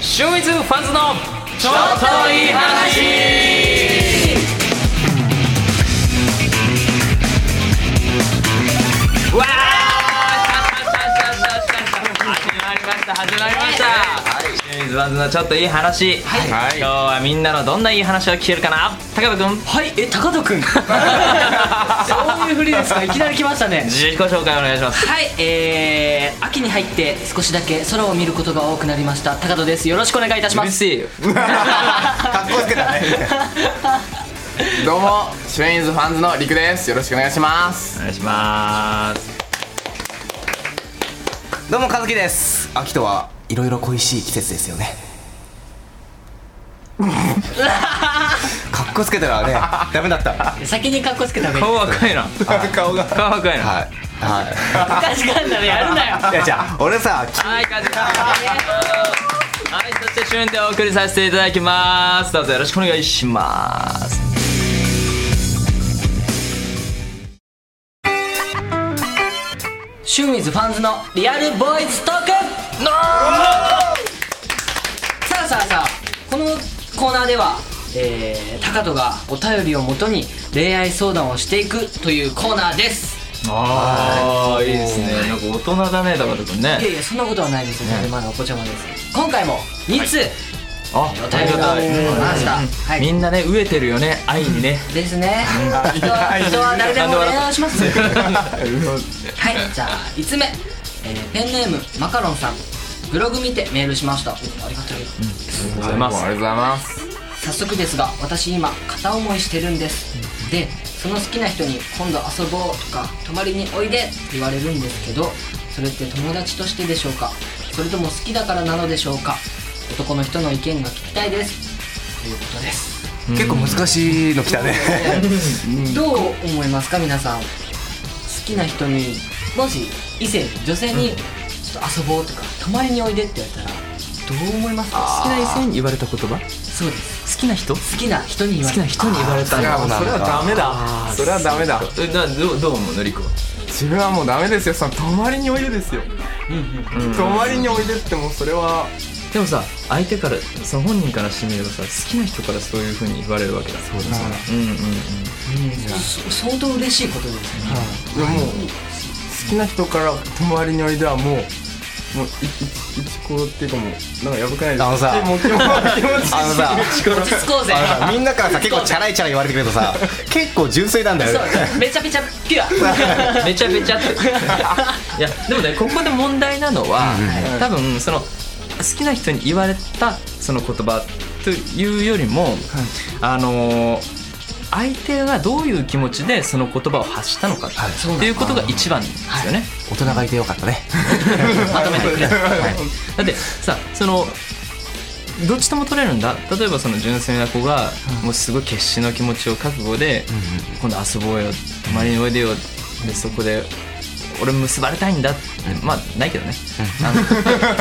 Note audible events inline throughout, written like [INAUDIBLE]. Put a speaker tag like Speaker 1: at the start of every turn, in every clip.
Speaker 1: 俊一ファンズのちょっといい話わー始まりました始まりました、はい、シューズワンズのちょっといい話、
Speaker 2: はい
Speaker 1: 今日はみんなのどんないい話を聞けるかな高部君
Speaker 3: はい、え、高戸く [LAUGHS] ん。 [LAUGHS] そういうふりですか。いきなり来ましたね。
Speaker 1: 自己紹介お願いします
Speaker 3: はい、えー、秋に入って少しだけ空を見ることが多くなりました。高戸です。よろしくお願いいたし
Speaker 1: う
Speaker 3: ま
Speaker 1: る
Speaker 3: す。
Speaker 1: せえよ
Speaker 2: かっこつけたねどうもシュインズファンズのりくですよろしくお願いします
Speaker 1: お願いします
Speaker 4: どうも、かずきです。秋とはいろいろ恋しい季節です
Speaker 2: [LAUGHS]
Speaker 4: よね。かっこつけたらね、ダメだった。は
Speaker 3: [LAUGHS] 先に格好つけた方がい。
Speaker 1: 顔赤いな
Speaker 2: 顔が
Speaker 1: 顔赤い
Speaker 4: い。
Speaker 1: なは
Speaker 4: はい
Speaker 3: 昔からだね、やるなよ。
Speaker 4: い。いや、じゃあ、俺さ、き
Speaker 1: い感じはいそして旬でお送りさせていただきますどうぞよろしくお願いします
Speaker 3: シュンウィズファンズのリアルボーイズトーク。さあさあさあ、このコーナーでは。えー、高戸がお便りをもとに恋愛相談をしていくというコーナーです
Speaker 1: ああいいですねなんか大人だね高田君
Speaker 3: いや
Speaker 1: ね
Speaker 3: いやそんなことはないですよ、まだお子ちゃまです今回も2通、
Speaker 1: あ
Speaker 3: お便りが
Speaker 1: ありが
Speaker 3: 来ましたは
Speaker 1: たいみ
Speaker 3: い
Speaker 1: んなね飢えてるよね愛にね
Speaker 3: ですね人 [LAUGHS] は人は誰でもお願いしますはいじゃあ5つ目、えーペンネームマカロンさんブログ見てメールしましたありがたい
Speaker 1: ありがとうございます
Speaker 2: ありがとうございます
Speaker 3: 早速ですが私今片思いしてるんですでその好きな人に「今度遊ぼう」とか「泊まりにおいで」って言われるんですけどそれって友達としてでしょうかそれとも好きだからなのでしょうか男の人の意見が聞きたいですということです
Speaker 4: 結構難しいの来たね。
Speaker 3: どう思いますか皆さん好きな人にもし異性女性に「ちょっと遊ぼう」とか「泊まりにおいで」って言われたらどう思いますか
Speaker 1: 好きな異性に言われた言葉好
Speaker 3: そうです
Speaker 1: きな人好
Speaker 3: 好きな人に言われ
Speaker 1: きな人に言われた
Speaker 2: いやもうそれはダメ
Speaker 1: だ
Speaker 2: それはダメだ
Speaker 1: えなどうどう思うのりこは
Speaker 2: 自分はもうダメですよその泊まりにおいでですよ泊まりにおいでってもうそれは
Speaker 1: でもさ相手からその本人からしてみればさ好きな人からそういうふうに言われるわけだそうだうんうんうん
Speaker 3: そ相当嬉しいことですよね
Speaker 2: いやもう好きな人から泊まりにおいではもうもういい一行っていうかもうなんかやばくないですか
Speaker 4: あのさ
Speaker 2: もう気持ち気持ち
Speaker 4: あのさ、
Speaker 3: 落ち着こうぜ
Speaker 4: あのさみんなからさ、結構チャラいチャラい言われてくるとさ、結構純粋なんだよね。
Speaker 3: そうめちゃめちゃピュア
Speaker 1: めちゃめち [LAUGHS] ゃっていやでもねここで問題なのは多分その好きな人に言われたその言葉というよりも、あのー相手がどういう気持ちでその言葉を発したのかっていうことが一番ですよね。
Speaker 4: 大人がいてよかった
Speaker 2: [LAUGHS]
Speaker 4: ね。
Speaker 3: まとめてくれ
Speaker 1: だってさそのどっちとも取れるんだ例えばその純粋な子がもうすごい決死の気持ちを覚悟で今度遊ぼうよ泊まりにおいでよでそこで俺結ばれたいんだってまあないけどねあの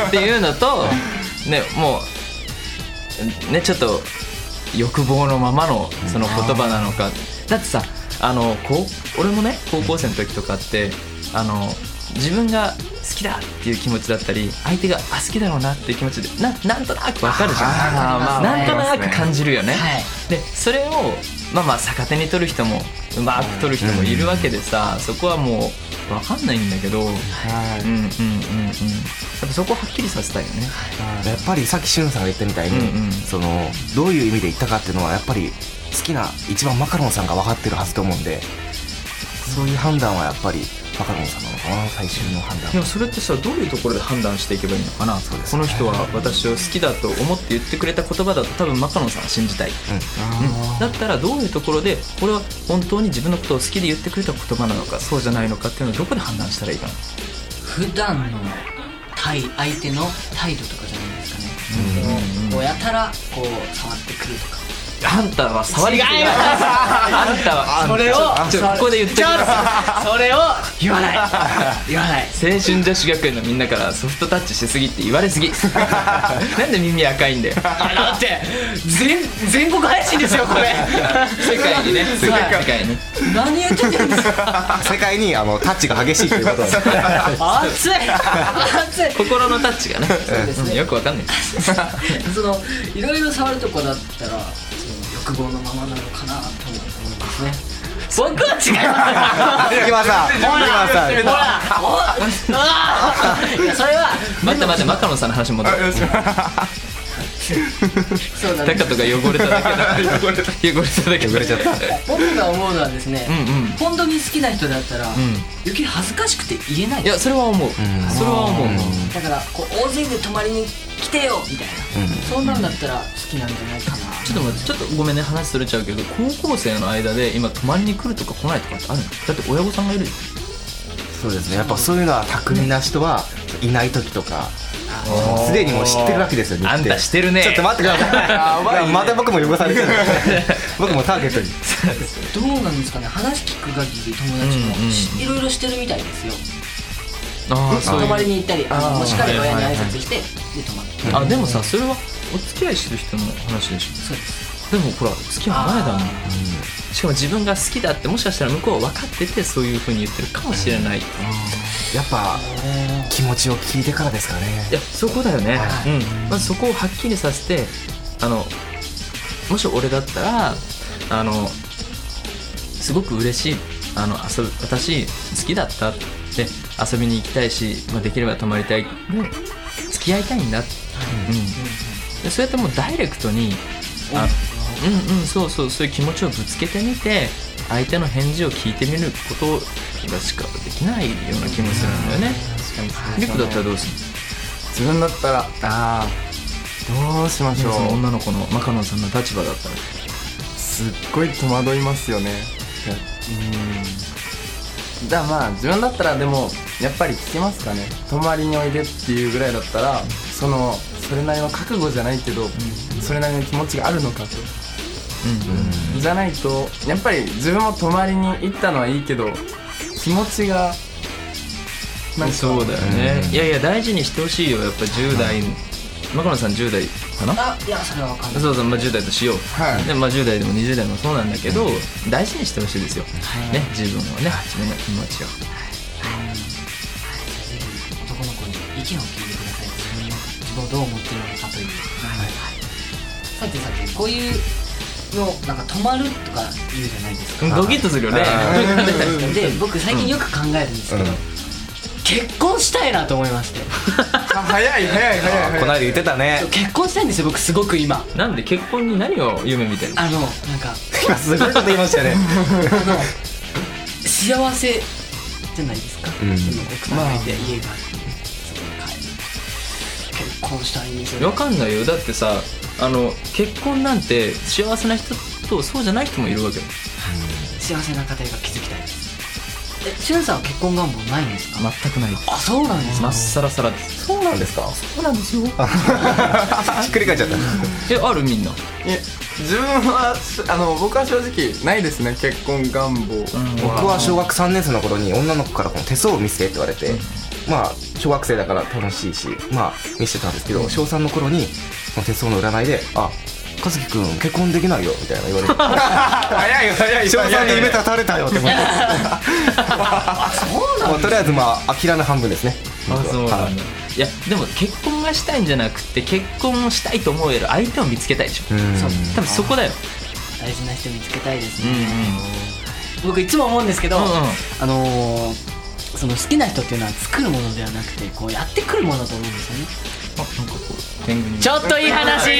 Speaker 1: っていうの [LAUGHS] とねもうねちょっと欲望のままのその言葉なのかだってさあのこう俺もね高校生の時とかってあの自分が好きだっていう気持ちだったり相手があ好きだろうなっていう気持ちでななんとなくわかるじゃん
Speaker 2: あーまあ
Speaker 1: なんとなく感じるよね、
Speaker 3: はい
Speaker 1: でそれをまあまあ逆手に取る人もうまく取る人もいるわけでさそこはもうわかんないんだけど、うんうんうんうんやっぱそこはっきりさせたいよね、
Speaker 4: やっぱりさっきしゅんさんが言ったみたいに、
Speaker 1: うんうん
Speaker 4: そのどういう意味で言ったかっていうのはやっぱり好きな一番マカロンさんが分かってるはずと思うんでそういう判断はやっぱりマカロンさんなのかな最終の判
Speaker 1: で
Speaker 4: 断
Speaker 1: もそれってさどういうところで判断していけばいいのかな
Speaker 4: そうです
Speaker 1: こ
Speaker 4: ね
Speaker 1: の人は私を好きだと思って言ってくれた言葉だと多分マカロンさんは信じたい、うんだったらどういうところでこれは本当に自分のことを好きで言ってくれた言葉なのかそうじゃないのかっていうのをどこで判断したらいいかな
Speaker 3: 普段の対相手の態度とかじゃないですかね、こうやたらこう触ってくるとか
Speaker 1: あんたは触りが
Speaker 3: 違います
Speaker 1: [LAUGHS] あんたは
Speaker 3: それを
Speaker 1: ちょここで言っときます
Speaker 3: それを言わ [LAUGHS] ない言わない
Speaker 1: 青春女子学園のみんなからソフトタッチしすぎって言われす
Speaker 3: [LAUGHS]
Speaker 1: ぎなんで耳赤いんだよ
Speaker 3: あだって全全国配信ですよこれ
Speaker 1: 世界にね世
Speaker 3: 界
Speaker 1: 界世界に
Speaker 3: [LAUGHS] 何言ってんですか
Speaker 4: 世界にあのタッチが激しいということなんで
Speaker 3: 熱
Speaker 4: す
Speaker 3: い熱い [LAUGHS]
Speaker 1: 心のタッチがね
Speaker 3: うですね
Speaker 1: うんよくわかんない
Speaker 3: そのいろいろ触るとこだったらその欲望のままなのかなと思いますね僕は違います
Speaker 4: いき [LAUGHS] ましたいき
Speaker 3: ほら
Speaker 4: ました
Speaker 3: ほらほらあーいやそれは
Speaker 1: 待って待ってマカロンさんの話戻る
Speaker 3: そうなん
Speaker 1: タ
Speaker 3: で
Speaker 1: カ
Speaker 3: す
Speaker 1: とか汚れただけだ汚れただけ
Speaker 4: 汚れちゃった
Speaker 3: 僕が思うのはですね、
Speaker 1: うんうん
Speaker 3: 本当に好きな人だったら、
Speaker 1: ん
Speaker 3: 余計恥ずかしくて言えない
Speaker 1: いやそれは思うそれは思う
Speaker 3: だからこう大勢で泊まりに来てよみたいな、そんなんだったら好きなんじゃないかな
Speaker 1: ちょっと待ってちょっとごめんね話それちゃうけど高校生の間で今泊まりに来るとか来ないとかってあるのだって親御さんがいるよ
Speaker 4: そうですねやっぱそういうのは巧みな人はいない時とかすでにもう知ってるわけですよ日程
Speaker 1: あんたしてるね
Speaker 4: ちょっと待ってください
Speaker 2: やばいね
Speaker 4: また僕も汚されてる僕もターゲットに
Speaker 3: どうなんですかね話聞く限り友達もしいろいろしてるみたいですよ
Speaker 1: ああそう
Speaker 3: 泊まり
Speaker 1: いう
Speaker 3: に行ったりあ
Speaker 1: あー
Speaker 3: のもしかり
Speaker 1: は
Speaker 3: 親に挨
Speaker 1: いはいはい
Speaker 3: 拶してで泊まっ
Speaker 1: あ
Speaker 3: て
Speaker 1: でもさそれはお付き合いしてる人の話でしょ
Speaker 3: そうです
Speaker 1: でもほら付き合う前だもんしかも自分が好きだってもしかしたら向こうは分かっててそういうふうに言ってるかもしれない、い
Speaker 4: やっぱ気持ちを聞いてからですかね
Speaker 1: やそこだよね、
Speaker 4: はい
Speaker 1: うん、まずそこをはっきりさせてあのもし俺だったらあのすごく嬉しいあの遊ぶ私好きだったって遊びに行きたいし、まあ、できれば泊まりたいで付き合いたいんだ、うん、でそうやってもうダイレクトにあうんうんそうそうそういう気持ちをぶつけてみて相手の返事を聞いてみることがしかできないような気もするんだよねリクだったらどうする
Speaker 2: 自分だったらあーどうしましょ
Speaker 1: その
Speaker 2: う
Speaker 1: 女の子のマカロンさんの立場だったら
Speaker 2: すっごい戸惑いますよねうんじゃあまあ自分だったらでもやっぱり聞きますかね泊まりにおいでっていうぐらいだったらそのそれなりの覚悟じゃないけど、それなりの気持ちがあるのかと、じゃないとやっぱり自分も泊まりに行ったのはいいけど気持ちがなんか
Speaker 1: そうだよね、いやいや大事にしてほしいよやっぱ10代、マカロンさん10代かな
Speaker 3: あいやそれはわかんない
Speaker 1: そうそう、まあ、10代としよう、
Speaker 2: はい
Speaker 1: でまあ、10代でも20代もそうなんだけど、大事にしてほしいですよ、ね、自分をね自分の気持ちを
Speaker 3: ぜひ男の子に意見を聞いてください自分の自分をどう思っているのかという、はいさてさてこういうのなんか止まるとか言うじゃないですか、
Speaker 1: ドキッとするよね
Speaker 3: で僕最近よく考えるんですけど、
Speaker 4: うん
Speaker 3: 結婚したいなと思いまして
Speaker 2: あ早い早い
Speaker 4: あ
Speaker 2: 早
Speaker 4: ー
Speaker 2: い
Speaker 4: この
Speaker 2: 早
Speaker 4: 間
Speaker 2: い
Speaker 4: 言ってたね
Speaker 3: 結婚したいんですよ僕すごく今
Speaker 1: なんで結婚に何を夢見てるの
Speaker 3: あのなんか
Speaker 4: 今すごいこと言いましたね
Speaker 3: 幸せじゃないですか、
Speaker 4: ん
Speaker 3: その奥さんがいて家があってそこに帰る結婚したいんですよ
Speaker 1: わかんないよだってさあの結婚なんて幸せな人とそうじゃない人もいるわけよ
Speaker 3: 幸せな家庭が築きたいですえしゅんさんは結婚願望ないんですか、
Speaker 1: 全くない
Speaker 3: あそうなんです
Speaker 1: ま
Speaker 3: か
Speaker 1: っさらさらです
Speaker 4: そうなんですかそうなんですよひっくり返っちゃった
Speaker 1: えあるみんない
Speaker 2: や自分はあの僕は正直ないですね結婚願望は、
Speaker 4: 僕は小学3年生の頃に女の子からこの手相を見せてって言われて、まあ小学生だから楽しいしまあ見せてたんですけど小3の頃にその手相の占いで「あ和樹君結婚できないよ」みたいな言われて
Speaker 2: 早い早い
Speaker 4: 小
Speaker 2: 早
Speaker 4: 3
Speaker 2: い
Speaker 4: で夢絶たれたよって思って
Speaker 3: そうなん
Speaker 4: まあとりあえずまあ諦め半分ですね
Speaker 1: あそうな
Speaker 4: はい
Speaker 1: んだいやでも結婚がしたいんじゃなくて結婚をしたいと思える相手を見つけたいでしょ
Speaker 4: うん
Speaker 3: そう
Speaker 1: 多分そこだよ
Speaker 3: 大事な人見つけたいです
Speaker 1: うんうん
Speaker 3: ね、僕いつも思うんですけど、
Speaker 1: うんうん
Speaker 3: あのーその好きな人っていうのは作るものではなくてこうやってくるものだと思うんですよね
Speaker 1: あなんかこう天狗に
Speaker 3: ちょっといい話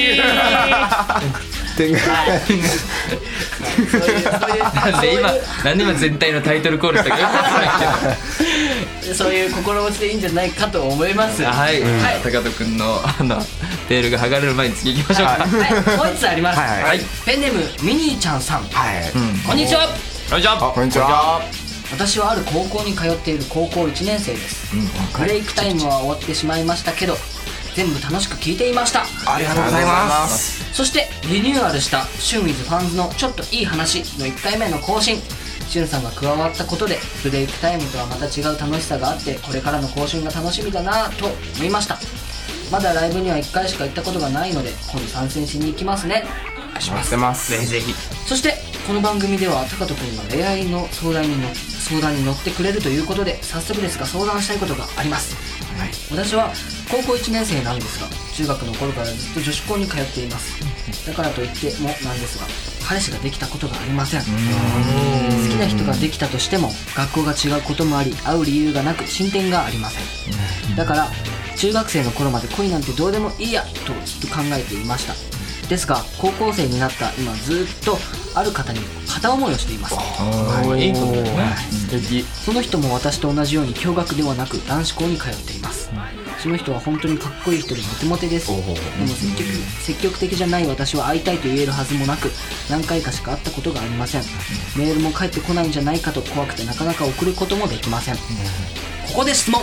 Speaker 4: 天狗
Speaker 3: そういうそういう
Speaker 1: なんで今なんで今全体のタイトルコールしたかよくわかんない
Speaker 3: そういう心持ちでいいんじゃないかと思います
Speaker 1: けどはい高門君のあのテールが剥がれる前に次行きましょうか
Speaker 3: はい、もう一つあります。
Speaker 4: はい
Speaker 1: はい
Speaker 3: ペンネームミニーちゃんさん。
Speaker 4: はい、
Speaker 3: こんにちは。
Speaker 1: よいしょ
Speaker 2: こんにちは
Speaker 3: 私はある高校に通っている高校1年生です。ブレイクタイムは終わってしまいましたけど、全部楽しく聞いていました。
Speaker 4: ありがとうございます
Speaker 3: そしてリニューアルした「シュン・ウィズ・ファンズのちょっといい話」の1回目の更新しゅんさんが加わったことでブレイクタイムとはまた違う楽しさがあってこれからの更新が楽しみだなと思いましたまだライブには1回しか行ったことがないので今度参戦しに行きますねお願いします
Speaker 2: 待ってます
Speaker 1: ぜひぜひ
Speaker 3: そしてこの番組では高人君が恋愛の相談にの相談に乗ってくれるということで早速ですが相談したいことがあります、私は高校1年生なんですが中学の頃からずっと女子校に通っていますだからといってもなんですが彼氏ができたことがありません好きな人ができたとしても学校が違うこともあり会う理由がなく進展がありませんだから中学生の頃まで恋なんてどうでもいいやとずっと考えていましたですが高校生になった今ずっとある方に片思いをしています
Speaker 1: おーいいことだね
Speaker 2: 素敵
Speaker 3: その人も私と同じように共学ではなく男子校に通っていますその人は本当にかっこいい人でモテモテですでも積極積極的じゃない私は会いたいと言えるはずもなく何回かしか会ったことがありませんメールも返ってこないんじゃないかと怖くてなかなか送ることもできませんここで質問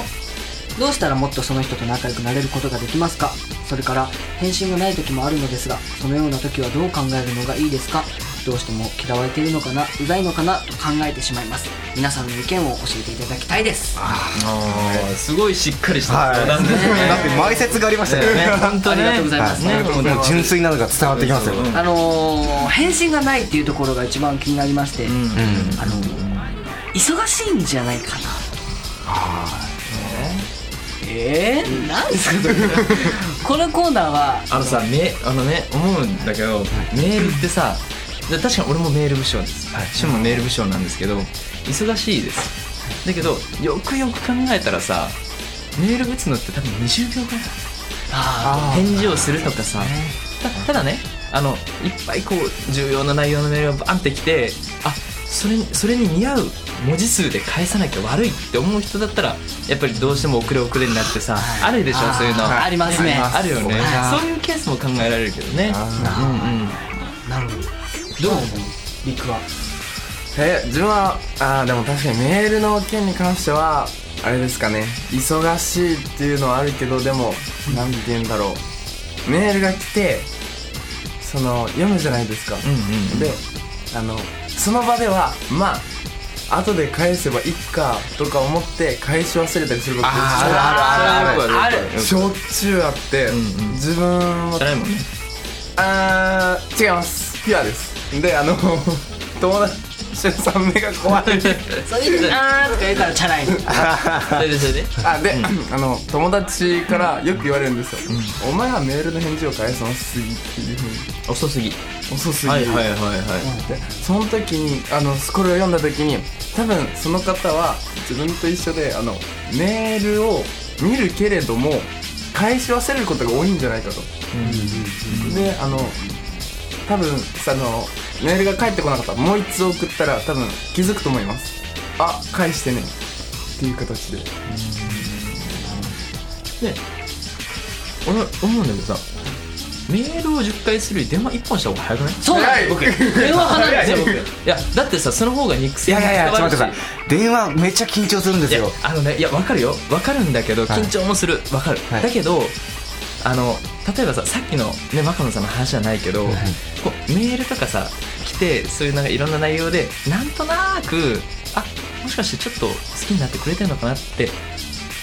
Speaker 3: どうしたらもっとその人と仲良くなれることができますかそれから返信がない時もあるのですがそのような時はどう考えるのがいいですかどうしても嫌われているのかなうざいのかなと考えてしまいます皆さんの意見を教えていただきたいですあ
Speaker 1: あーすごいしっかりした
Speaker 4: はい、
Speaker 1: [LAUGHS] 相
Speaker 4: だ
Speaker 1: 談
Speaker 4: っ
Speaker 1: ですね
Speaker 4: て埋設がありましたよね。
Speaker 1: [LAUGHS] 本当に
Speaker 3: りがとうござい
Speaker 1: ま
Speaker 3: ます、ね
Speaker 4: もう純粋なのが伝わってきますよ。
Speaker 1: うん
Speaker 3: あのー返信がないっていうところが一番気になりまして、あの忙しいんじゃないかなえー、えー、なんですかそれ [LAUGHS] このコーナーは
Speaker 1: あのさめあのね思うんだけど、メールってさで確かに俺もメール部署です、はい、もメール部署なんですけど忙しいですだけどよくよく考えたらさメール打つのって多分20秒ぐらい
Speaker 3: あ
Speaker 1: 返事をするとかさたただねあのいっぱいこう重要な内容のメールがバンってきてあそれにそれに見合う文字数で返さなきゃ悪いって思う人だったらやっぱりどうしても遅れ遅れになってさあるでしょ
Speaker 3: ー
Speaker 1: そういうの
Speaker 3: ありますね
Speaker 1: あるよね
Speaker 3: は
Speaker 1: そういうケースも考えられるけどねうんうん
Speaker 3: なるほど
Speaker 1: どう
Speaker 3: リクは
Speaker 2: え自分はあーでも確かにメールの件に関してはあれですかね忙しいっていうのはあるけどでも何て言うんだろうメールが来てその読むじゃないですか、
Speaker 1: うんうん
Speaker 2: であのその場ではまあ後で返せばいっかとか思って返し忘れたりすることって
Speaker 4: あるあるあるある
Speaker 1: ある
Speaker 2: しょっちゅうあって、
Speaker 1: うんうん
Speaker 2: 自分は
Speaker 1: 辛いもんね
Speaker 2: あー違いますピュアですであの [LAUGHS] 友達さん目が壊れて
Speaker 3: そういうあーとか言うからチャラいの
Speaker 1: それでそれで
Speaker 2: あで、あの友達からよく言われるんですよ、お前はメールの返事を返さなすぎっていうふうに
Speaker 1: 遅すぎ
Speaker 2: 遅すぎ
Speaker 1: は
Speaker 2: る
Speaker 1: いはいはい
Speaker 2: っ
Speaker 1: は
Speaker 2: てその時にあのこれを読んだ時に多分その方は自分と一緒であのメールを見るけれども返し忘れることが多いんじゃないかと、であの多分あのメールが返ってこなかったらもう一通送ったら多分気づくと思いますあ返してねっていう形で
Speaker 1: いで俺思うんだけどさメールを10回するより電話1本した方が早くない
Speaker 3: そうだ
Speaker 2: はい
Speaker 3: 僕電話派なんですよ僕
Speaker 1: いやだってさその方が肉
Speaker 4: い
Speaker 1: 声
Speaker 4: やいやいや、ちょっと待ってくだ
Speaker 1: い
Speaker 4: さい。電話めっちゃ緊張するんで
Speaker 1: い
Speaker 4: す
Speaker 1: や
Speaker 4: よ。
Speaker 1: あのねいや分かるよ分かるんだけど
Speaker 4: はい
Speaker 1: 緊張もする、分かる、
Speaker 4: はい
Speaker 1: だけどあの例えばささっきのね若野さんの話じゃないけど、こうメールとかさ来てそういうなんかいろんな内容でなんとなくあもしかしてちょっと好きになってくれてるのかなって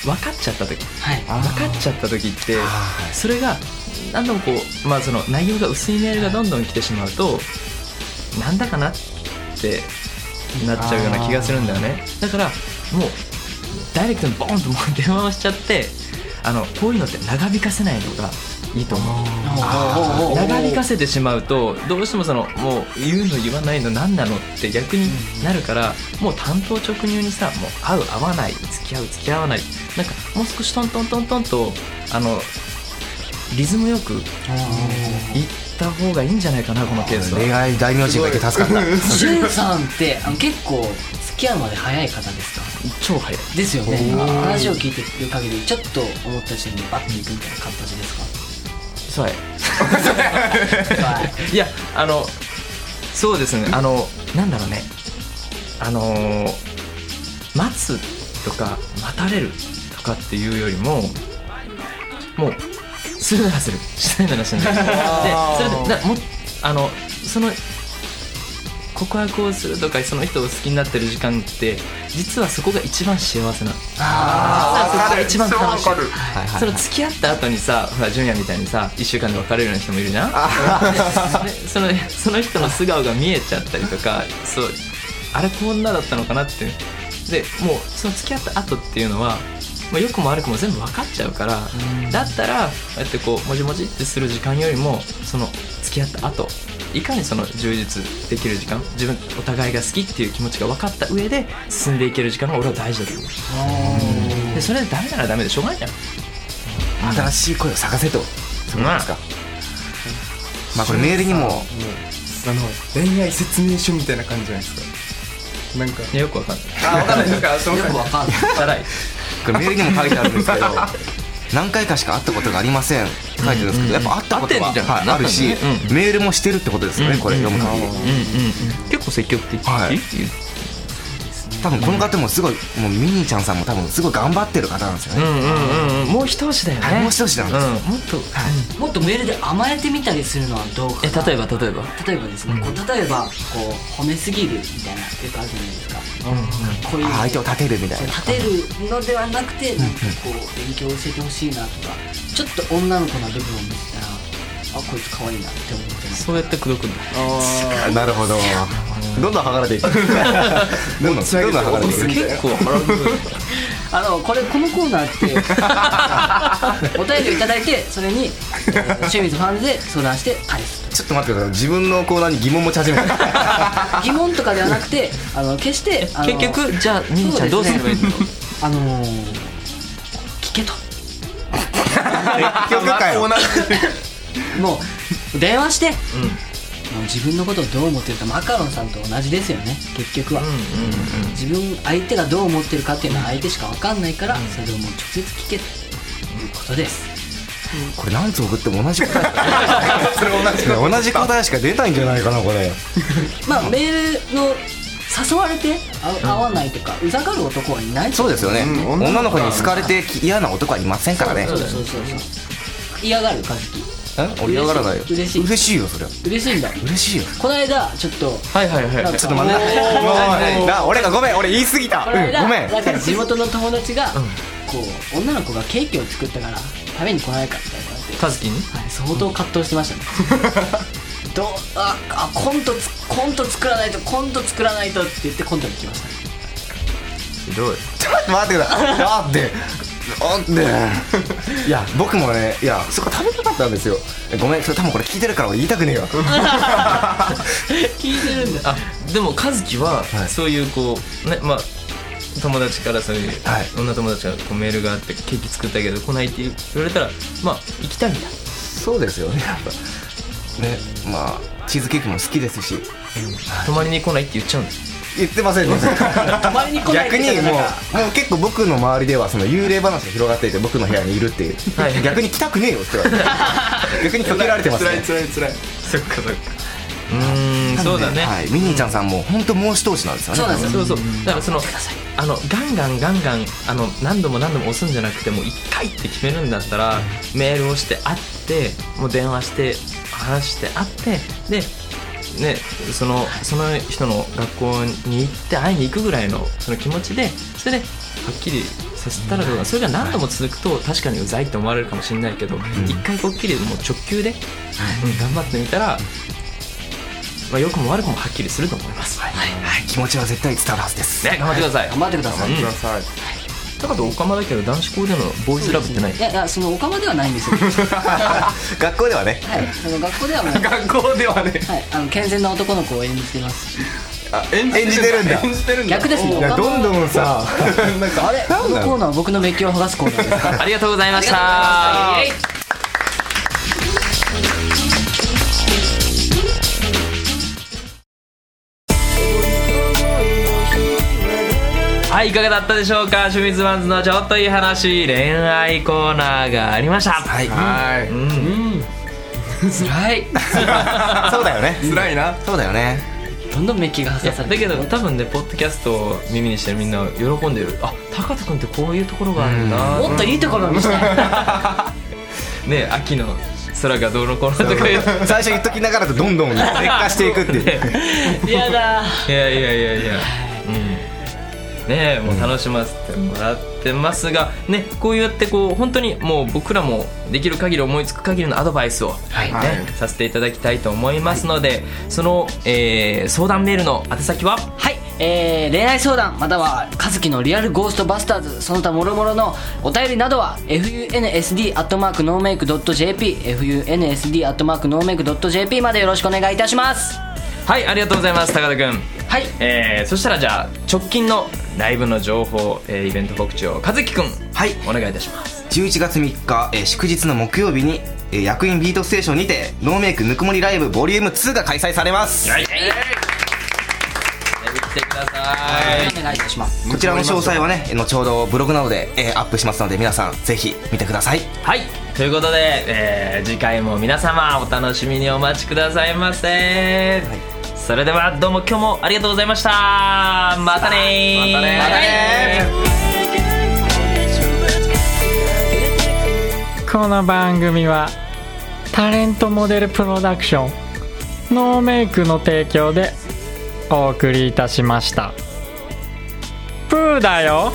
Speaker 1: 分かっちゃった時
Speaker 3: はい
Speaker 1: 分かっちゃった時ってそれが何度もこう、まあ、その内容が薄いメールがどんどん来てしまうと、なんだかなってなっちゃうような気がするんだよねだからもうダイレクトにボーンともう電話をしちゃってあのこういうのって長引かせないのがいいと思う
Speaker 3: おーおーおーおー
Speaker 1: 長引かせてしまうとどうしてもそのもう言うの言わないの何なのって逆になるからもう担当直入にさもう合う合わない付き合う付き合わないなんかもう少しトントントントンとあのリズムよくいった方がいいんじゃないかなこのケースは。
Speaker 4: 恋愛大名人がいて助かった。
Speaker 3: しゅんさんってあの結構付き合うまで早い方ですか
Speaker 1: 超早い
Speaker 3: ですよね話を聞いてる限りちょっと思った時点でバッていくみたいな形です
Speaker 1: そうや
Speaker 3: かは
Speaker 1: [LAUGHS]
Speaker 3: い
Speaker 1: いやあのそうですねあのなんだろうねあのー待つとか待たれるとかっていうよりももう好するならするしないならし
Speaker 2: [LAUGHS]
Speaker 1: ないで
Speaker 2: あ
Speaker 1: そ
Speaker 2: ー
Speaker 1: れでなもあのその告白をするとかその人を好きになってる時間って実はそこが一番幸せなの
Speaker 4: あ
Speaker 1: 実はそこが一番楽しい
Speaker 4: はい
Speaker 1: そ
Speaker 4: は
Speaker 1: の
Speaker 4: い
Speaker 1: 付き合った後にさほらジュニアみたいにさ1週間で別れるような人もいるじゃんでそのその人の素顔が見えちゃったりとかそうあれこんなだったのかなってでもうその付き合った後っていうのはもう良くも悪くも全部分かっちゃうからだったらこうやってこうもじもじってする時間よりもその付き合った後いかにその充実できる時間自分お互いが好きっていう気持ちが分かった上で進んでいける時間が俺は大事だと思うでそれでダメならダメでしょうがないじゃん
Speaker 4: 新しい声を探せとそうなんですかまあこれメールにも
Speaker 2: あの恋愛説明書みたいな感じじゃないですかなんか
Speaker 1: いやよくわかんない
Speaker 2: あ分かんないですかその
Speaker 3: よ
Speaker 2: 感
Speaker 3: く
Speaker 2: じ
Speaker 3: わかん
Speaker 1: 辛
Speaker 3: ない
Speaker 1: い
Speaker 4: これメールにも書いてあるんです
Speaker 1: [LAUGHS]
Speaker 4: けど何回かしか会ったことがありませんって書いてるんですけどやっぱ会ったことは
Speaker 1: 会ってんじゃん
Speaker 4: はいあるし
Speaker 1: なんかね
Speaker 4: メールもしてるってことですよねこれ読む限り
Speaker 1: うんうん結構積極的
Speaker 4: はい多分この方もすごいもうミニーちゃんさんも多分すごい頑張ってる方なんですよ
Speaker 1: う
Speaker 4: ね
Speaker 1: んうんうんうんもう一押しだよ
Speaker 4: はい
Speaker 1: ね
Speaker 4: もう一押しなんです
Speaker 1: うんもっと
Speaker 3: もっとメールで甘えてみたりするのはどうか
Speaker 1: え
Speaker 3: な
Speaker 1: 例えば例えば
Speaker 3: 例えばですね、こう例えばこう褒めすぎるみたいなよくあるじゃないですか、こういう
Speaker 4: あ相手を立てるみた
Speaker 3: そ
Speaker 4: いうな
Speaker 3: 立てるのではなくてなんかこう勉強を教えてほしいなとかちょっと女の子な部分を見てたらあこいつ可愛いなって思ってます
Speaker 1: そうやって口説くんだ
Speaker 4: あなるほどどんどん剥がれてい [LAUGHS] くどんどんどんどん剥がれていく
Speaker 1: 結構腹立つ
Speaker 3: あのこれこのコーナーっ
Speaker 1: [LAUGHS]
Speaker 3: てお便りをいただいてそれにえー清水ファンズで相談して返す
Speaker 4: ちょっと待ってください自分のコーナーに疑問持ち始め [LAUGHS] た
Speaker 3: 疑問とかではなくてあの決してあの
Speaker 1: 結局じゃあミニちゃんどうすればいいの
Speaker 3: あのー聞けと
Speaker 4: 結局かよ
Speaker 3: もう電話して、もう自分のことをどう思ってるかマカロンさんと同じですよね結局は、自分相手がどう思ってるかっていうのは相手しか分かんないから、それをもう直接聞けということです
Speaker 4: [LAUGHS] これ何つ送っても同じ答え [LAUGHS] それ同じ同じ答えしか出ないんじゃないかなこれ
Speaker 3: まあメールの誘われてあ合わないとかうざがる男はいない
Speaker 4: そうですよね、
Speaker 2: うん
Speaker 4: 女の子に好かれて嫌な男はいませんからね
Speaker 3: そうそうそうそう嫌がるかずき
Speaker 4: うん俺嫌がらないよ
Speaker 3: 嬉しい
Speaker 4: 嬉しいよそれは
Speaker 3: 嬉しいんだ
Speaker 4: 嬉しいよ
Speaker 3: この間ちょっと
Speaker 1: はいはいはい
Speaker 3: なんか
Speaker 1: はい
Speaker 4: ちょっと
Speaker 3: [LAUGHS]
Speaker 4: 待っておいな俺がごめん俺言い過ぎた
Speaker 3: この間、
Speaker 4: うんごめん
Speaker 3: なんか地元の友達が、こう女の子がケーキを作ったから食べに来ないかみたいなこと言われて、
Speaker 1: カズキに
Speaker 3: はい、相当葛藤してましたねどうああコントつコント作らないとコント作らないとって言ってコントに来ましたね
Speaker 1: どう
Speaker 4: ちょっと待ってくださいだってだっていや僕もねいやそこ食べたかったんですよえごめんそれ多分これ聞いてるから俺言いたくねえわ
Speaker 3: 聞いてるんだ
Speaker 1: あでもカズキは
Speaker 4: はい
Speaker 1: そういうこうねまあ友達からそういう
Speaker 4: はい
Speaker 1: 女友達からこうメールがあってケーキ作ったけど来ないって言われたらまあ行きたいんだ
Speaker 4: そうですよねやっぱねまあチーズケーキも好きですし
Speaker 1: 泊まりに来ないって言っちゃうんです
Speaker 4: 言ってませんね
Speaker 3: 泊まりに来ないっ
Speaker 4: 逆
Speaker 3: て言っ
Speaker 4: に
Speaker 3: たら
Speaker 4: もう
Speaker 3: なんか
Speaker 4: もう結構僕の周りではその幽霊話が広がっていて僕の部屋にいるっていう、
Speaker 1: はい
Speaker 4: 逆に来たくねえよって言われて逆にかけられてます
Speaker 2: 辛い
Speaker 4: ね
Speaker 2: 辛い辛い
Speaker 1: そっかそっかうーんそうだね
Speaker 4: はい、ミニーちゃんさんも本当申し通しなんですよね
Speaker 3: そうなんです
Speaker 1: そうそうだからそのあのガンガンガンガンあの何度も何度も押すんじゃなくてもう1回って決めるんだったらメールをして会ってもう電話して話して会ってでね、そのその人の学校に行って会いに行くぐらいのその気持ちでそれではっきりさせたらどうだそれが何度も続くと確かにうざいって思われるかもしれないけど一、回こっきりもう直球で、うん頑張ってみたら、まあ、良くも悪くもはっきりすると思います。はい
Speaker 4: はい、気持ちは絶対伝わるは
Speaker 3: [LAUGHS]
Speaker 4: ずです
Speaker 1: ね、頑張ってください。
Speaker 3: 頑張ってください、
Speaker 1: うん
Speaker 2: ください
Speaker 1: だからオカマだけど男子校でのボーイズラブってない。
Speaker 3: いやいやそのおかまではないんですよ
Speaker 4: 学校ではね
Speaker 3: はいその学校ではもう、は
Speaker 2: 学校ではね
Speaker 3: い、あの健全な男の子を演じてますし
Speaker 2: あ演
Speaker 4: 演じてるんだ
Speaker 2: 演じてるんだ
Speaker 3: 逆ですね
Speaker 4: いやどんどん
Speaker 2: [LAUGHS]
Speaker 4: さなんか
Speaker 3: あれこのコーナーは僕のメッキを剥がすコーナーですか
Speaker 1: ありがとうございました。
Speaker 3: ありがとうございましたイエイ
Speaker 1: はい、いかがだったでしょうか。清水ワンズのちょっといい話、恋愛コーナーがありました。はい。
Speaker 2: は
Speaker 1: う
Speaker 2: ーい
Speaker 1: ん。
Speaker 3: 辛い
Speaker 4: そうだよね
Speaker 2: 辛いな
Speaker 4: そうだよ
Speaker 2: [LAUGHS]
Speaker 4: ね
Speaker 3: どんどんメッキが剥
Speaker 1: いや
Speaker 3: がさ
Speaker 1: だ
Speaker 3: れて
Speaker 1: けど多分ねポッドキャストを耳にしてるみんな喜んでるあ高田君ってこういうところがあるんだ
Speaker 3: もっといいところを見せたい
Speaker 1: ね秋の空がどうのこうのとか言って
Speaker 4: 最初言っときながらどんどん劣化していくっていう
Speaker 2: [LAUGHS]
Speaker 3: やだ
Speaker 1: いやいやいやいや、うん、ねえもう楽しませてもらってますが、ねこうやってこう本当にもう僕らもできる限り思いつく限りのアドバイスを、
Speaker 3: はい
Speaker 1: ね
Speaker 2: はい
Speaker 1: させていただきたいと思いますので、その、えー相談メールの宛先は
Speaker 3: はい、えー恋愛相談または和樹のリアルゴーストバスターズその他諸々のお便りなどは funsd.nomake.jp funsd.nomake.jp までよろしくお願いいたします
Speaker 1: はいありがとうございます高田君
Speaker 3: はい
Speaker 1: えーそしたらじゃあ直近のライブの情報、えーイベント告知を和樹くん
Speaker 4: はい
Speaker 1: お願いいたします
Speaker 4: 11月3日、えー祝日の木曜日に、えー役員ビートステーションにてノーメイクぬくもりライブボリューム2が開催されます
Speaker 1: はい、来てください
Speaker 3: お願いいたします
Speaker 4: こちらの詳細はね後ほどブログなどで、えーアップしますので皆さんぜひ見てください
Speaker 1: はいということで、えー次回も皆様お楽しみにお待ちくださいませ、それではどうも今日もありがとうございましたまたねー
Speaker 2: またねー
Speaker 5: この番組はタレントモデルプロダクションノーメイクの提供でお送りいたしましたプーだよ